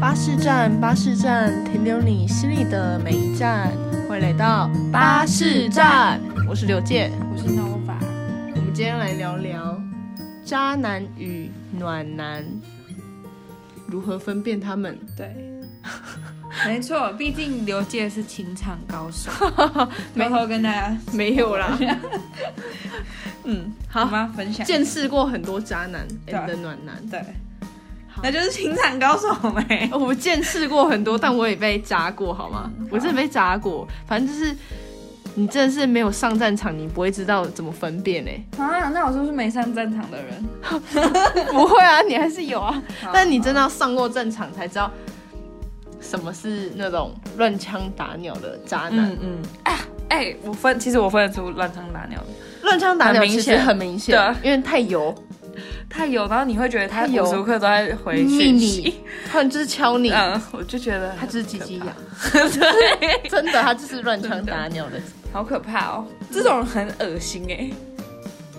巴士站，巴士站，停留你心里的每一站。欢迎来到巴士站，我是刘健。我是 Nova，我们今天来聊聊渣男与暖男，如何分辨他们？对， 没错，毕竟刘介是情场高 手，偷偷跟大家没有啦。嗯，好 好，吗分享？见识过很多渣男对啊 and 暖男，对好，那就是情场高手没？我见识过很多，但我也被扎过，好吗？我真的被扎过，反正就是你真的是没有上战场，你不会知道怎么分辨哎、 啊，那我是不是没上战场的人？不会啊，你还是有啊，好但你真的要上过战场才知道什么是那种乱枪打鸟的渣男。嗯嗯，哎哎，我分，其实我分得出乱枪打鸟的，乱枪打鸟很明其实显很明显，对啊因为太油，太有，然后你会觉得他太有无时无刻都在回腻讯你息，，突然就是敲你，嗯，我就觉得他就是鸡鸡痒痒，，对，真的，他就是乱枪打鸟的，好可怕哦，这种很恶心哎，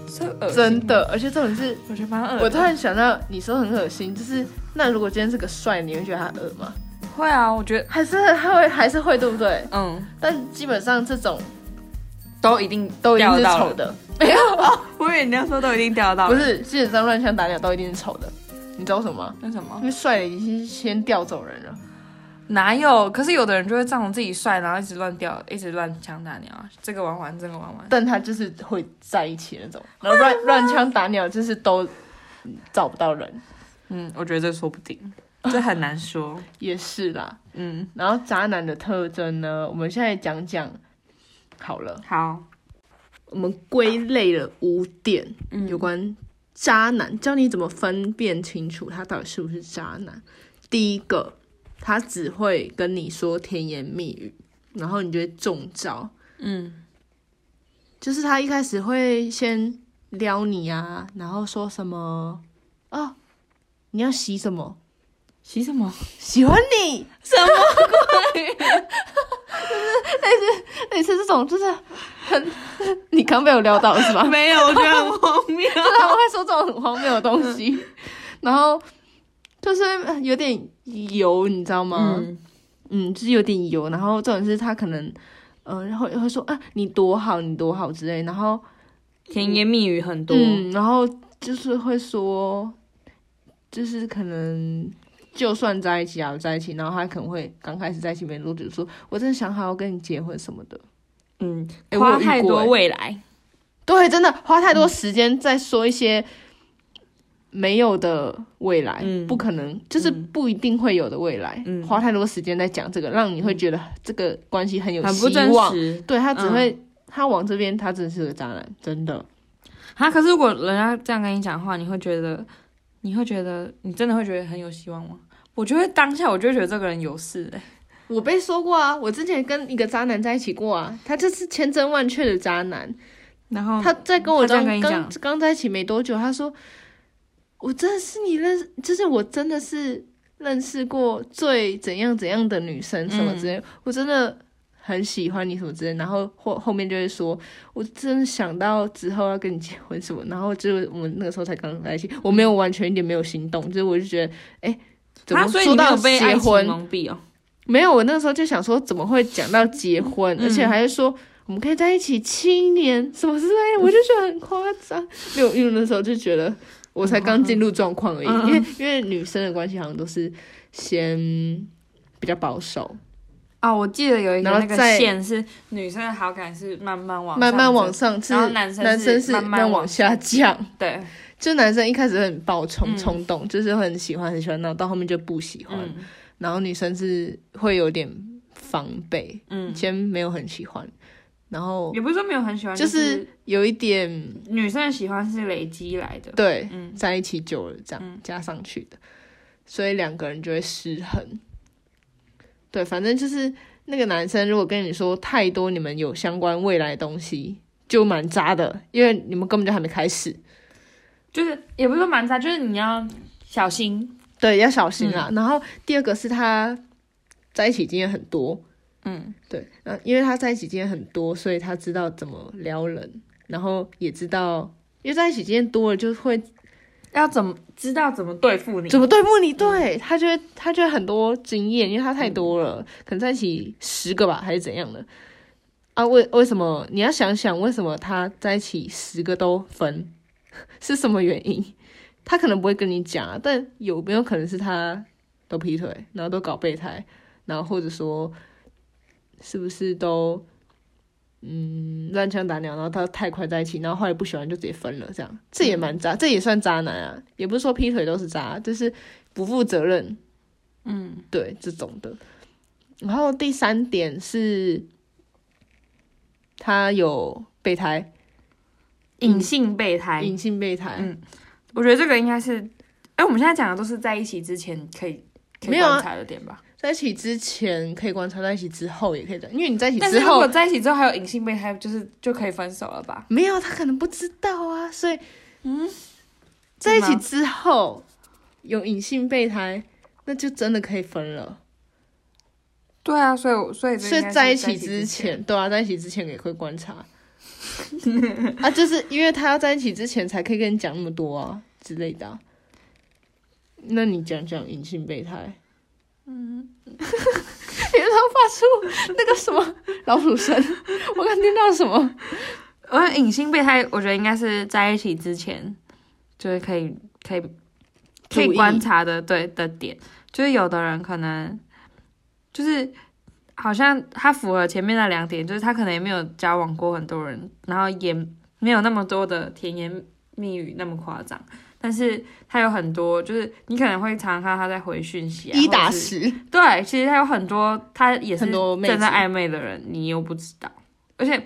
是恶心真，的，而且这种是。我觉得蛮恶的，我突然想到，你说很恶心，就是那如果今天是个帅，你会觉得他恶吗？会啊，我觉得，还是他会还是会对不对？嗯，但基本上这种都一定都一定钓是到丑了。的， 我以为你要说都一定钓到不了，是基本上乱枪打鸟都一定是丑的，你知道为什么吗？那什因么？为帅的已经先调走人了，哪有？可是有的人就会仗着自己帅，然后一直乱钓，一直乱枪打鸟啊，这个玩完，这个玩完。但他就是会在一起那种，然后乱乱枪打鸟就是都找不到人，嗯，我觉得这说不定， 这很难说。也是啦。嗯，然后渣男的特征呢，我们现在讲讲好了，好，我们归类了五点，嗯有关渣男，教你怎么分辨清楚他到底是不是渣男。第一个，他只会跟你说甜言蜜语，然后你就会中招。嗯，就是他一开始会先撩你啊，然后说什么哦，你要洗什么？洗什么？喜欢你什 么鬼？就是类似类似这种，就是很 你刚被我撩到了是吧？ 没有，我觉得很荒谬。就是他们啊会说这种很荒谬的东西， 然后就是呃有点油，你知道吗？嗯 嗯，就是有点油。然后这种是他可能，嗯、然后会说啊，你多好，你多好之类。然后，甜言蜜语很多。嗯，然后就是会说，就是可能就算在一起啊，在一起，然后他可能会刚开始在一起没多久，说我真的想好要跟你结婚什么的。嗯，诶花我有遇太过多诶未来。对，真的花太多时间在说一些没有的未来，嗯不可能，就是不一定会有的未来。嗯花太多时间在讲这个，让你会觉得这个关系很有很希不真望。实对他只会、他往这边，他真是个渣男，真的。啊！可是如果人家这样跟你讲话，你会觉得，你会觉得，你真的会觉得很有希望吗？我就会当下，我就会觉得这个人有事、欸。我被说过啊，我之前跟一个渣男在一起过啊，他就是千真万确的渣男。然后他在跟我他刚这样跟你刚讲刚在一起没多久，他说：“我真的是你认识，就是我真的是认识过最怎样怎样的女生什么之嗯类，我真的很喜欢你什么之类。”然后后后面就会说：“我真的想到之后要跟你结婚什么。”然后就是我们那个时候才刚在一起，我没有完全一点没有心动，就是我就觉得，哎、怎么啊所以说你没到有被结爱婚情蒙蔽哦。没有，我那时候就想说，怎么会讲到结婚，嗯而且还是说我们可以在一起七年什么之类的，我就觉得很夸张。没有，因为那时候就觉得我才刚进入状况而已，嗯因为因为女生的关系好像都是先比较保守，哦，我记得有一个然后那个再线是女生的好感是慢慢往上慢慢往走上，是然后男生是男生是慢慢慢往往下降。对，就男生一开始很暴冲嗯冲动，就是会很喜欢很喜欢，然后到后面就不喜欢，嗯然后女生是会有点防备，嗯，先没有很喜欢，然后也不是说没有很喜欢，就就是有一点女生的喜欢是累积来的。对，嗯在一起久了这样嗯加上去的，所以两个人就会失衡。对，反正就是那个男生如果跟你说太多你们有相关未来的东西，就蛮渣的，因为你们根本就还没开始。就是也不是说蛮渣，就是你要小心。对，要小心啊啦。然后第二个是他在一起经验很多，嗯，对，嗯，因为他在一起经验很多，所以他知道怎么撩人，然后也知道，因为在一起经验多了就会要怎么知道怎么对付你？怎么对付你？对他就会他就会很多经验，因为他太多了，可能在一起十个吧，还是怎样的啊？为为什么你要想想为什么他在一起十个都分 是什么原因？他可能不会跟你讲啊，但有没有可能是他都劈腿，然后都搞备胎，然后或者说是不是都嗯乱枪打鸟，然后他太快在一起，然后后来不喜欢就直接分了，这样这也蛮嗯渣，这也算渣男啊，也不是说劈腿都是渣，就是不负责任，嗯，对这种的。然后第三点是，他有备胎，隐性备胎，嗯隐性备胎，嗯我觉得这个应该是，哎、我们现在讲的都是在一起之前可以可没以有啊观察的点吧？在一起之前可以观察，在一起之后也可以的，因为你在一起但是之如果后在一起之后还有隐性备胎，就是就可以分手了吧？没有，他可能不知道啊，所以嗯，在一起之后有隐性备胎，那就真的可以分了。对啊，所以我所以这所以应该是在在一起之之前，对啊，在一起之前也会观察啊，就是因为他要在一起之前才可以跟你讲那么多啊之类的啊、那你讲讲隐性备胎，嗯， 你们都发出那个什么老鼠声，我刚听到什么？我觉得呃隐性备胎，我觉得应该是在一起之前，就是可以可以可注以意观察的对的点，就是有的人可能就是好像他符合前面那两点，就是他可能也没有交往过很多人，然后也没有那么多的甜言蜜语那么夸张，但是他有很多，就是你可能会常常看到他在回讯息、啊，一打或者是十，对，其实他有很多，他也是很多妹子正在暧昧的人，你又不知道。而且，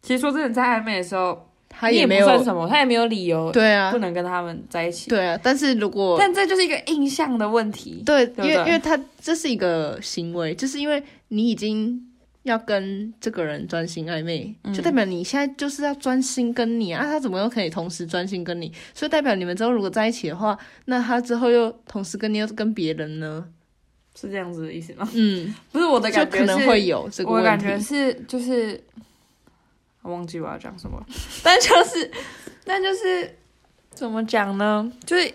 其实说真的，在暧昧的时候，他你也没不算有，什么，他也没有理由对啊不，能跟他们在一起。对啊，但是如果但这就是一个印象的问题。对，对不因为对因为他这是一个行为，就是因为你已经要跟这个人专心暧昧，嗯就代表你现在就是要专心跟你啊，他怎么又可以同时专心跟你？所以代表你们之后如果在一起的话，那他之后又同时跟你又跟别人呢？是这样子的意思吗？ 嗯，不是我的就感觉可能是会有这个我的问感题。觉是就是，我忘记我要讲什么 了，但就是但就是怎么讲呢？就是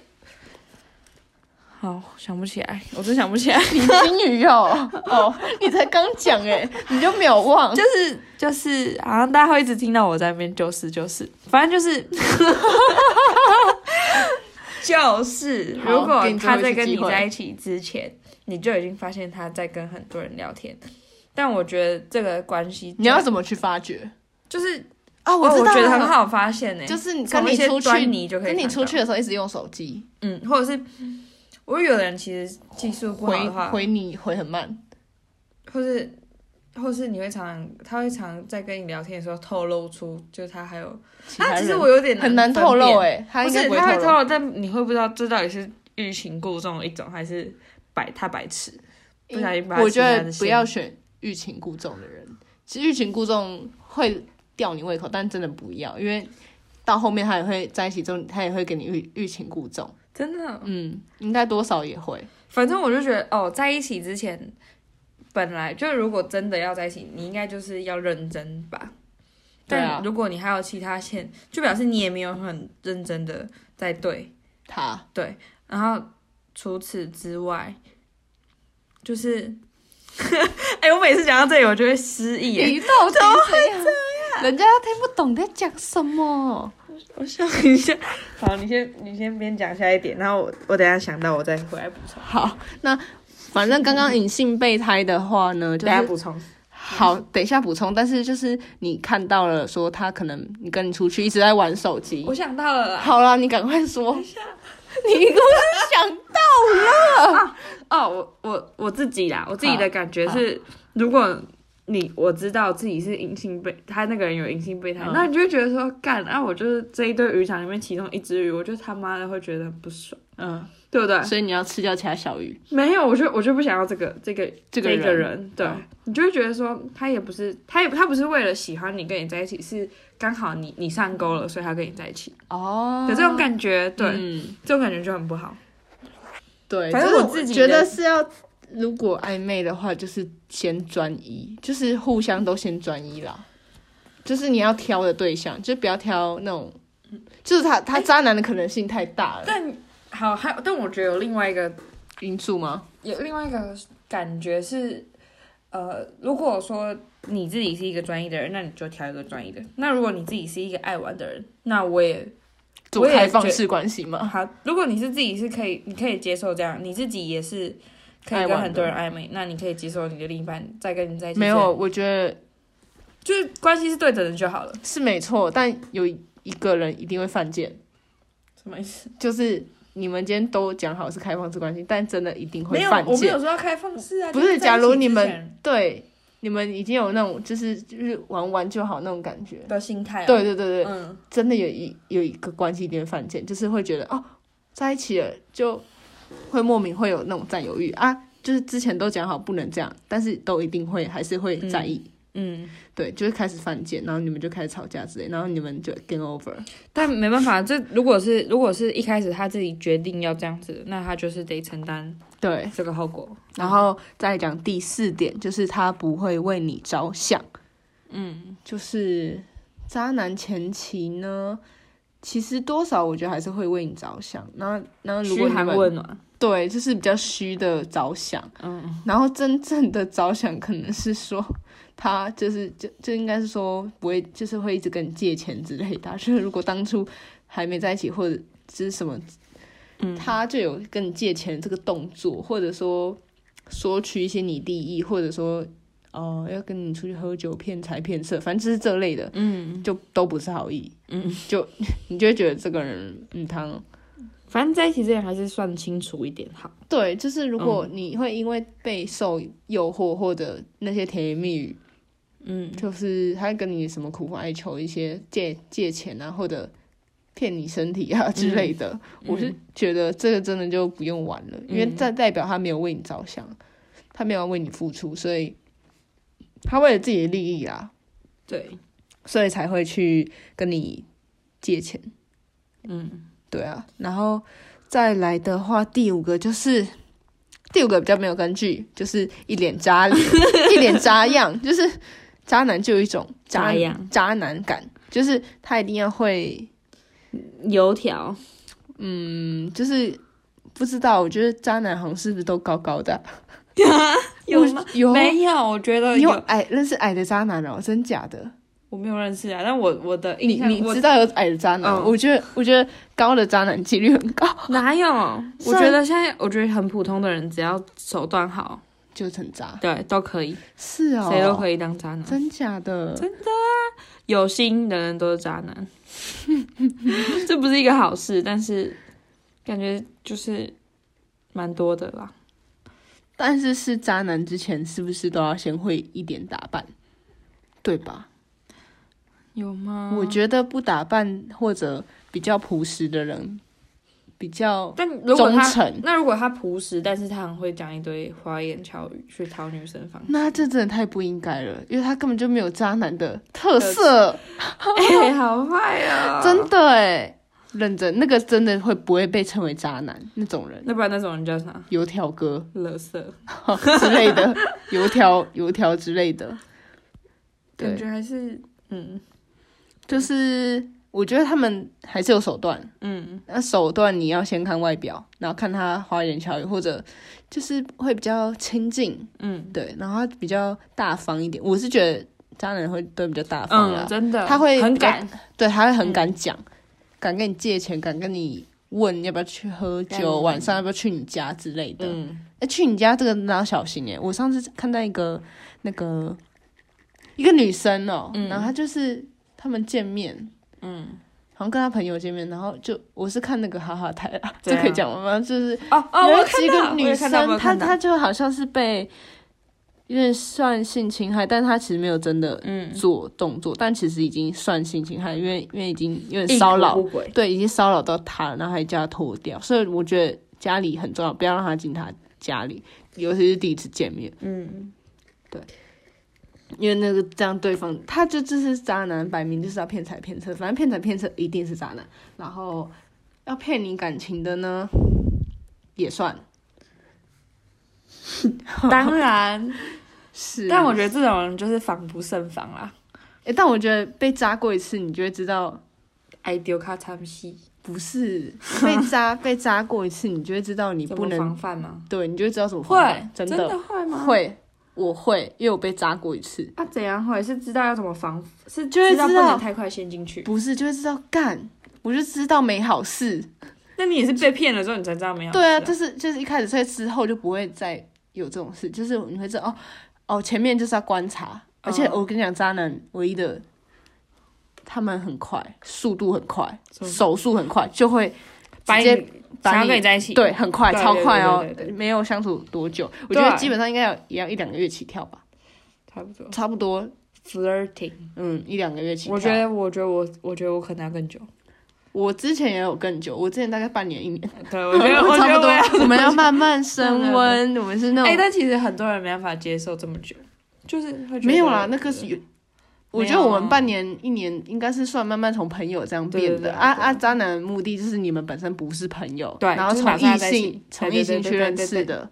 好想不起来，我真想不起来。林金鱼哦 哦，你才刚讲哎，你 就没有忘，就是就是，好啊像大家会一直听到我在那边就是就是，反正就是 就是，好如果给你最他后一次在跟你机会在一起之前，你就已经发现他在跟很多人聊天，但我觉得这个关系你要怎么去发掘？就是哦，哦知道觉得了很，好欸发现呢、就是你从跟你一些出端去，倪就可以跟你看出到去的时候一直用手机。嗯，或者是我有的人其实技术不好回的话，回你回很慢，或是或是你会常常他会常在跟你聊天的时候透露出，就是他还有其他啊，其实人我有点很难透分露辨哎、他不应是该不他会会透露。露，但你会不知道这到底是欲擒故纵的一种，还是白他白痴，不小心把他我觉其他得的不线要选欲擒故纵的人，其实欲擒故纵会吊你胃口，但真的不要，因为到后面他也会在一起之后，他也会给你欲欲擒故纵。真的。嗯，应该多少也会。反正我就觉得哦，在一起之前，本来就如果真的要在一起，你应该就是要认真吧。对啊但如果你还有其他线，就表示你也没有很认真的在对。他然后除此之外，就是， 哎、我每次讲到这里，我就会失 忆耶。欸到底这样？人家听不懂你在讲什么。我想一下， 好，你先你先边讲下一点，然后我我等一下想到我再回来补充，好，那反正刚刚隐性备胎的话呢，就等一下是补充。好，等一下补充。但是就是你看到了，说他可能你跟你出去一直在玩手机，我想到了啦，好啦，你赶快说。你不是想到哦，我我我自己啦，我自己的感觉是，如果你我知道自己是隐性备，他那个人有隐性备胎，嗯那你就会觉得说，干啊，我就是这一堆渔场里面其中一只鱼，我就他妈的会觉得很不爽，嗯，对不对？所以你要吃掉其他小鱼。没有，我就我就不想要这个这个这个个人人，对、嗯你就会觉得说他也不是他也他不是为了喜欢你跟你在一起，是刚好你你上钩了，所以他跟你在一起，哦有这种感觉，对、嗯、这种感觉就很不好。对，反正就是我自己觉得的是要，如果暧昧的话，就是先专一，就是互嗯相都先专一啦。就是你要挑的对象，就不要挑那种，就是他他渣男的可能性太大了。但好，还有但我觉得有另外一个因素吗？有另外一个感觉是，呃，如果说你自己是一个专一的人，那你就挑一个专一的；那如果你自己是一个爱玩的人，那我也做我也开放觉式关系吗？好。如果你是自己是可以，你可以接受这样，你自己也是可爱以玩跟的很多人暧昧，那你可以接受你的另一半再跟你在一起。没有，，我觉得就是关系是对等的就好了。是没错，但有一个人一定会犯贱，什么意思？就是你们今天都讲好是开放式关系，但真的一定会没有，犯我没有贱。说要开放式啊。不就是在一起假如之你们前对，你们已经有那种就是就是玩玩就好那种感觉。的心态、啊，对对对对，嗯，真的有一有一个关系一定会犯贱，就是会觉得哦，在一起了就会莫名会有那种占有欲啊，就是之前都讲好不能这样，但是都一定会还是会在意。嗯，对，就会开始犯贱，然后你们就开始吵架之类，然后你们就 game over。但没办法，这如果是如果是一开始他自己决定要这样子，那他就是得承担对，这个后果。然后再讲第四点，就是他不会为你着想。嗯，就是渣男前期呢，其实多少我觉得还是会为你着想。那那如果嘘你寒们问暖，对，就是比较虚的着想，嗯，然后真正的着想可能是说他就是就就应该是说不会，就是会一直跟你借钱之类的啊。就是如果当初还没在一起或者是什么，嗯他就有跟你借钱这个动作，或者说索取一些你利益，或者说哦、要跟你出去喝酒骗财骗色，反正就是这类的，嗯，就都不是好意。嗯，就 你就会觉得这个人嗯，他反正在一起之前还是算清楚一点好。对，就是如果你会因为备受诱惑或者那些甜言蜜语，嗯，就是他跟你什么苦苦哀求一些借借钱啊，或者骗你身体啊之类的，我是觉得这个真的就不用玩了，因为这代表他没有为你着想，他没有为你付出，所以他为了自己的利益啊，对，所以才会去跟你借钱。嗯，对啊，然后再来的话，第五个就是第五个比较没有根据，就是一脸渣脸， 一脸渣样，就是渣男就有一种渣样渣男感，就是他一定要会，油条，嗯，就是不知道，我觉得渣男好像是不是都高高的啊？有我吗？有没有，我觉得你有有，矮认识矮的渣男哦？真假的？我没有认识啊，但我我的你印象，你我知道有矮的渣男？嗯我觉得我觉得高的渣男几率很高，哪有？是我啊觉得现在我觉得很普通的人，只要手段好，就很渣。对，都可以，是哦，谁都以，可以当渣男。真假的？有心的人都是渣男， 这不是一个好事，但是感觉就是蛮多的啦。但是是渣男之前，是不是都要先会一点打扮，对吧？有吗？我觉得不打扮或者比较朴实的人，比较但如果忠他诚，，那如果他朴实，但是他很会讲一堆花言巧语去讨女生方 那这真的太不应该了，因为他根本就没有渣男的特色，哎、好坏啊！真的哎，认真那个真的会不会被称为渣男那种人？那不然那种人叫啥？油条哥 乐色，之类的，油条油条之类的，对感觉还是嗯就是我觉得他们还是有手段，嗯那手段你要先看外表，然后看他花言巧语，或者就是会比较亲近，嗯对，然后他比较大方一点。我是觉得渣男会对比较大方啦，嗯，真的，他会很比较敢，对，他会很敢讲，敢跟你借钱，敢跟你问要不要去喝酒，嗯晚上要不要去你家之类的。哎、嗯去你家这个你要小心哎、我上次看到一个那个一个女生哦、嗯然后她就是他们见面，嗯，好像跟他朋友见面，然后就我是看那个哈哈台啦，对这啊可以讲吗？反正就是哦哦，我有有几看个到女生，她她他就好像是被有点算性侵害，但她其实没有真的嗯做动作，但其实已经算性侵害，因为因为已经有点硬骚骨扰不， 轨，对，已经骚扰到她了，然后还叫她脱掉，所以我觉得家里很重要，不要让她进她家里，尤其是第一次见面，嗯。因为那个这样对方，他就这是渣男，摆明就是要骗财骗色，反正骗财骗色一定是渣男。然后要骗你感情的呢，也算当然，是。但我得，觉得这种人就是防不胜防啦。但我觉得被扎过一次，你就会知道爱丢卡参西，不是 被扎被扎过一次，你就会知道你怎不么能防范吗？对，你就会知道怎么防会范，，真真的的会吗？。会，我会，因为我被扎过一次，啊，怎样会？是知道要怎么防，是就会道不知道能太快陷进去。不是就会知道干，我就知道没好事。那你也是被骗了之后，你才知道没有事。对啊，就是就是一开始所以之后就不会再有这种事，就是你会知道哦哦，前面就是要观察，而且嗯我跟你讲，渣男唯一的。他们很快，速度很快，什么手速很快，就会把你直把想要你跟你在一起，对，很快，对超快哦对对对，没有相处多久，我对觉得基本上应该有也要一两个月起跳吧，差不多。差不多， flirting，嗯，一两个月起跳。我觉得，我觉得我，我觉得我可能要更久。我之前也有更久，我之前大概半年一年， 对，我觉得， 我 觉差得不我要。多，我们要慢慢升啊温，我们是那哎、种但其实很多人没办法接受这么久，就是会觉得没有啦，那个是有。我觉得没有啊我们半年、一年应该是算慢慢从朋友这样变对对对的。啊对啊，渣男的目的就是你们本身不是朋友，对然后就是从马上异要在一起性从对对异性对去对对认对识的。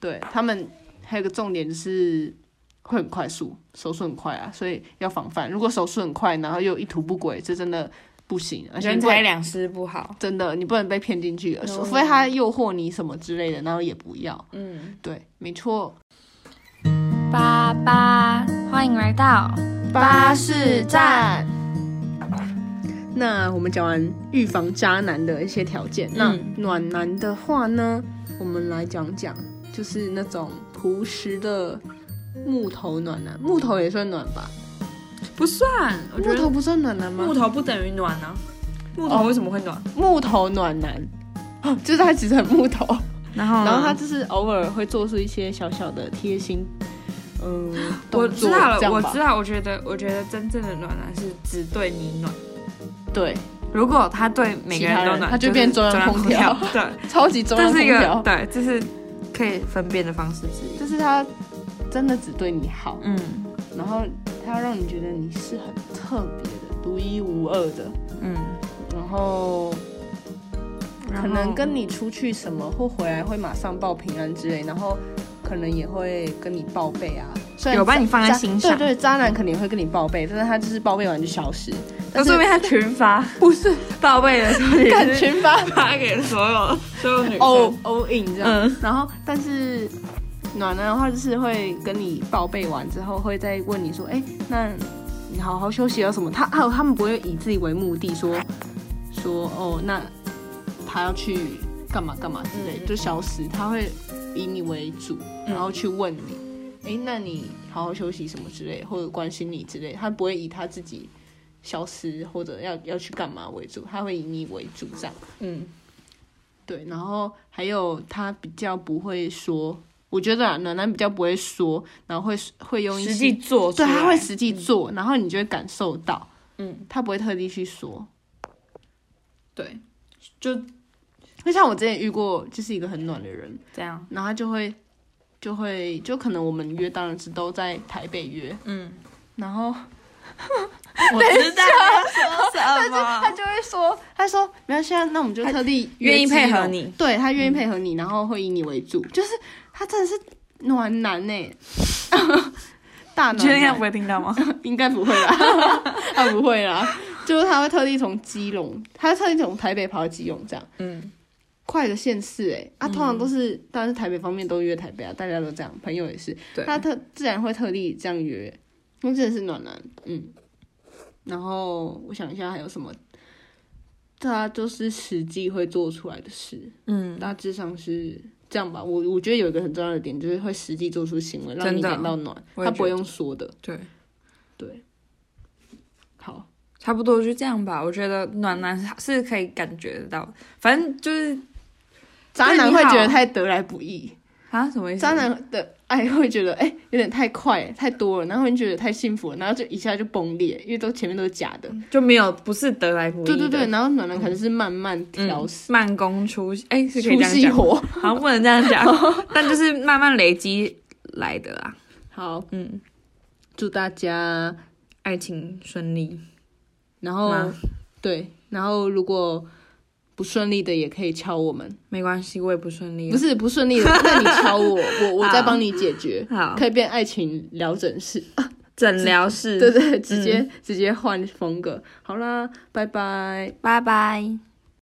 对他们还有个重点就是会很快速，手速很快啊，所以要防范。如果手速很快，然后又一图不轨，这真的不行，而且人你不能财两失不好。真的你不能被骗进去，嗯除非他诱惑你什么之类的，然后也不要。嗯，对，没错。八八，欢迎来到巴士站。那我们讲完预防渣男的一些条件，嗯那暖男的话呢，我们来讲讲，就是那种朴实的木头暖男，木头也算暖吧？不算，我觉木得头不算暖男吗？木头不等于暖啊。木头为什么会暖？木头暖男，哦就是他其实很木头，然后呢然后他就是偶尔会做出一些小小的贴心，嗯，我动知作道这了，样我吧知道，我觉得，我觉得真正的暖男是只对你暖。对，如果他对每个人都其他人暖，他就是变中央央空调调。 对，超级中央这空是一个调，对，这是可以分辨的方式之一。就是他真的只对你好，嗯然后他要让你觉得你是很特别的、独一无二的，嗯，然后然可后能跟你出去什么或回来会马上报平安之类，然后可能也会跟你报备啊。虽然有把渣你放在心上渣对对，渣男肯定会跟你报备，但是他就是报备完就消失。那但说是明他群发不是 报备的时候，干也是群发发给所有所有女哦生。哦 in 这样，嗯然后但是暖男的话就是会跟你报备完之后，会再问你说，哎、那你好好休息有什么？他啊，他们不会以自己为目的说说哦，那他要去干嘛干嘛之类，嗯嗯就消失。他会以你为主，嗯然后去问你，哎、那你好好休息什么之类，或者关心你之类，他不会以他自己。消失或者要要去干嘛为主，他会以你为主这样。嗯，对，然后还有他比较不会说，我觉得啊，暖男比较不会说，然后会会用一些实际做出对，来，他会实际做，然后你就会感受到，嗯，他不会特地去说。对，就就像我之前遇过，就是一个很暖的人，这 样。然后他就会就会就可能我们约当然是都在台北约，嗯，然 后我知道你要说什他么。就会说，他说没关系啊，那我们就特地约愿意基隆配合你对他愿意配合你，然后会以你为主，就是他真的是暖男呢、 大你觉得暖应该男不。会听到吗？应该不会啦， 他不会啦，就是他会特地从基隆，他特地从台北跑到基隆这样， 嗯，快的县市哎、欸，啊，通常都是，当然是台北方面都约台北啊，大家都这样，朋友也是，对他特自然会特地这样约，因为真的是暖男，嗯，然后我想一下还有什么，他就是实际会做出来的事，嗯，大致上是这样吧，我我觉得有一个很重要的点就是会实际做出行为，让真你的感到暖，我也他不会觉用说的，对。对，好。差不多就这样吧，我觉得暖男是可以感觉得到的，反正就是渣男会觉得太得来不易，啊，什么意思？渣男的爱会觉得哎、有点太快太多了，然后你觉得太幸福了，然后就一下就崩裂，因为都前面都是假的。就没有不是得来不易对的，对对，然后暖男可能是慢慢调嗯试，慢工出细，哎、是可以出这细样讲吗， 活。好像不能这样 讲，但就是慢慢累积来的啦。好，嗯，祝大家，爱情顺利，然后吗对，然后如果不顺利的也可以敲我们，没关系，我也不顺利不啊，是不 顺利的，那你敲我，我我再帮你解决，好可以变爱情疗诊室。诊疗室，对对，直接、直接换风格。好啦，拜拜。拜拜。